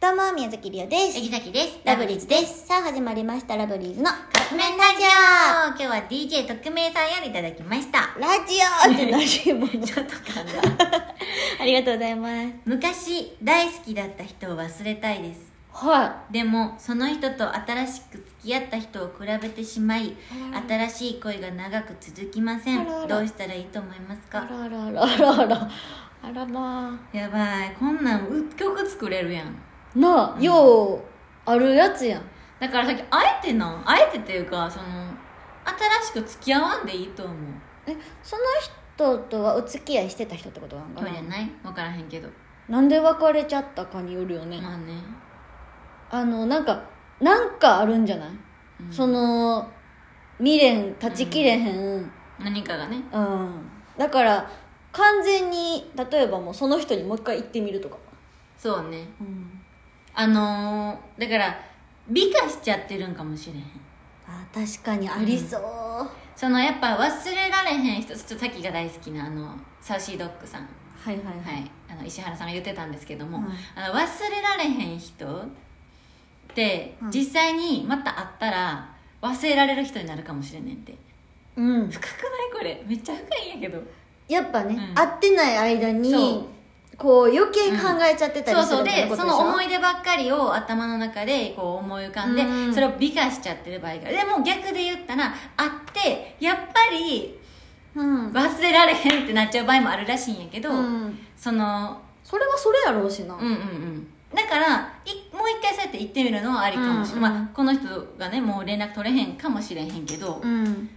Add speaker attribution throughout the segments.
Speaker 1: どうも、宮崎りおです。
Speaker 2: えぎざきです。
Speaker 1: ラブリーズです。さあ、始まりました、ラブリーズの
Speaker 2: ラブリーズ。
Speaker 1: 革
Speaker 2: 革
Speaker 1: 命
Speaker 2: 命
Speaker 1: ラ
Speaker 2: ラ
Speaker 1: ジ
Speaker 2: ジ
Speaker 1: オ
Speaker 2: オ今日は DJ 特命さんよりいただきました。
Speaker 1: ラジオってなしも
Speaker 2: ちょっと噛んだ。
Speaker 1: ありがとうございます。
Speaker 2: 昔、大好きだった人を忘れたいです。
Speaker 1: は
Speaker 2: でも、その人と新しく付き合った人を比べてしまい、新しい恋が長く続きませ
Speaker 1: あ
Speaker 2: ん
Speaker 1: らあ。ら
Speaker 2: どうしたらいいと思います
Speaker 1: あ
Speaker 2: から
Speaker 1: あらあらあらあら。あらま
Speaker 2: やばい、こんなんう曲作れるやん。
Speaker 1: あ。なあ、よう、あるやつやん。
Speaker 2: だからさっき、あえてな、あえてっていうか、その、新しく付き合わんでいいと思う。
Speaker 1: え、その人とはお付き合いしてた人ってことなんか
Speaker 2: そう
Speaker 1: な
Speaker 2: じゃないわからへんけど。
Speaker 1: なんで別れちゃったかによるよね。
Speaker 2: まあね。
Speaker 1: あの、なんか、なんかあるんじゃない、
Speaker 2: うん
Speaker 1: その、未練、断ち切れへん
Speaker 2: 何かがね
Speaker 1: うん、だから完全に例えばもうその人にもう一回行ってみるとか、
Speaker 2: そうね
Speaker 1: うん、
Speaker 2: あのー、だから美化しちゃってるんかもしれへん
Speaker 1: あ確かにありそう、は
Speaker 2: そのやっぱ忘れられへん人ちょっとさっきが大好きなあのサウシードッグさん
Speaker 1: いはいはい、
Speaker 2: はいあの石原さんが言ってたんですけども、
Speaker 1: はい
Speaker 2: あの忘れられへん人って
Speaker 1: うん
Speaker 2: 実際にまた会ったら忘れられる人になるかもしれねんって
Speaker 1: うん、
Speaker 2: 深くないこれめっちゃ深いんやけど
Speaker 1: やっぱね、
Speaker 2: うん
Speaker 1: 会ってない間に
Speaker 2: そ
Speaker 1: こう余計考えちゃってたりする
Speaker 2: そうそう
Speaker 1: みたいなこと
Speaker 2: でそ
Speaker 1: でしょ
Speaker 2: の思い出ばっかりを頭の中でこう思い浮かんで、
Speaker 1: うん
Speaker 2: それを美化しちゃってる場合がでも逆で言ったらあってやっぱり
Speaker 1: うん、
Speaker 2: 忘れられへんってなっちゃう場合もあるらしいんやけど、
Speaker 1: うん、
Speaker 2: その
Speaker 1: それはそれやろうしな、
Speaker 2: うんうんうんだからいもう一回そうやって行ってみるのはありかもしれ
Speaker 1: うんう
Speaker 2: ない、
Speaker 1: ん
Speaker 2: まあ、この人がねもう連絡取れへんかもしれへんけど、
Speaker 1: うん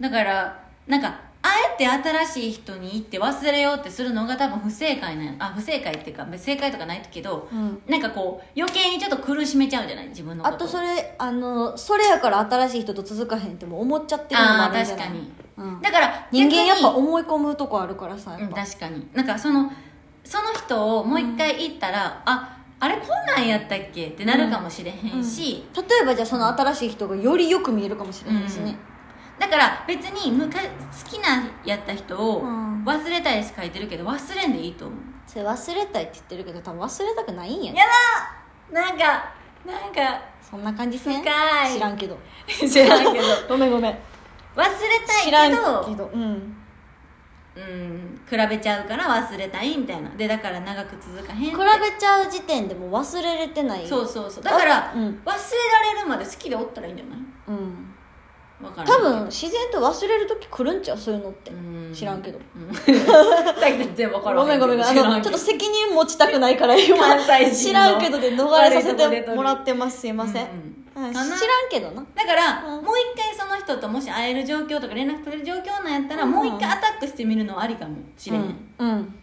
Speaker 2: だからなんかあえて新しい人に行って忘れようってするのが多分不正解なんやあ不正解っていうか正解とかないけど、
Speaker 1: うん
Speaker 2: なんかこう余計にちょっと苦しめちゃうじゃない自分のこ
Speaker 1: あ
Speaker 2: と
Speaker 1: とそれあのそれやから新しい人と続かへんってもう思っちゃってるのもあ
Speaker 2: あ
Speaker 1: るん
Speaker 2: ー
Speaker 1: じゃ
Speaker 2: 確
Speaker 1: ない
Speaker 2: かに
Speaker 1: うん、
Speaker 2: だから
Speaker 1: 人間やっぱ
Speaker 2: 逆に
Speaker 1: 思い込むとこあるからさや
Speaker 2: う
Speaker 1: っ
Speaker 2: ん
Speaker 1: ぱ、
Speaker 2: 確かになんかそのその人をもう一回行ったら、ああれこんなんやったっけってなるかもしれへんし、
Speaker 1: 例えばじゃあその新しい人がよりよく見えるかもしれないですね、
Speaker 2: だから別に昔好きなやった人を
Speaker 1: うん
Speaker 2: 忘れたいし書いてるけど忘れんでいいと思う
Speaker 1: それ忘れたいって言ってるけど多分忘れたくないんやね
Speaker 2: やだなんかなんか
Speaker 1: そんな感じせん
Speaker 2: 深い
Speaker 1: 知らんけど
Speaker 2: 知らんけど
Speaker 1: ごめんごめん
Speaker 2: 忘れ
Speaker 1: 知
Speaker 2: た
Speaker 1: ら
Speaker 2: い
Speaker 1: ん
Speaker 2: け
Speaker 1: け
Speaker 2: ど
Speaker 1: どうん
Speaker 2: うん比べちゃうから忘れたいみたいなでだから長く続かへん
Speaker 1: 比
Speaker 2: って
Speaker 1: べちゃう時点でもう忘れれてない
Speaker 2: そうそうそうだから、
Speaker 1: あうん
Speaker 2: 忘れられるまで好きでおったらいいんじゃない
Speaker 1: うん
Speaker 2: わから
Speaker 1: 多
Speaker 2: ん
Speaker 1: 分自然と忘れる時来るんちゃうそういうのって
Speaker 2: うん
Speaker 1: 知らんけど
Speaker 2: うん さっき全然わから
Speaker 1: ごめんごめんごめんあのちょっと
Speaker 2: っ
Speaker 1: 責任持ちたくないから今
Speaker 2: 関西人の
Speaker 1: 知らんけどで逃れさせてもらってますすいません、はい知らんけどな
Speaker 2: だから、
Speaker 1: うん
Speaker 2: もう一回その人ともし会える状況とか連絡取れる状況なんやったら、
Speaker 1: うん
Speaker 2: もう一回アタックしてみるのはありかもしれん、
Speaker 1: うん、うん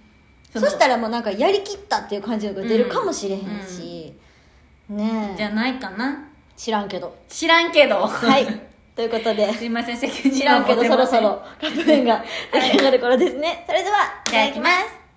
Speaker 1: そ
Speaker 2: の
Speaker 1: したらもうなんかやりきったっていう感じのが出るかもしれへんし、ね
Speaker 2: じ
Speaker 1: え
Speaker 2: ゃないかな
Speaker 1: 知らんけど
Speaker 2: 知らんけ ど
Speaker 1: はい
Speaker 2: す
Speaker 1: ということで
Speaker 2: いません責任
Speaker 1: 知らんけど
Speaker 2: は
Speaker 1: そ
Speaker 2: 持
Speaker 1: ろ
Speaker 2: てませ
Speaker 1: そ
Speaker 2: ん
Speaker 1: ろカップ麺が出来上がる頃ですね、それではい
Speaker 2: ただきます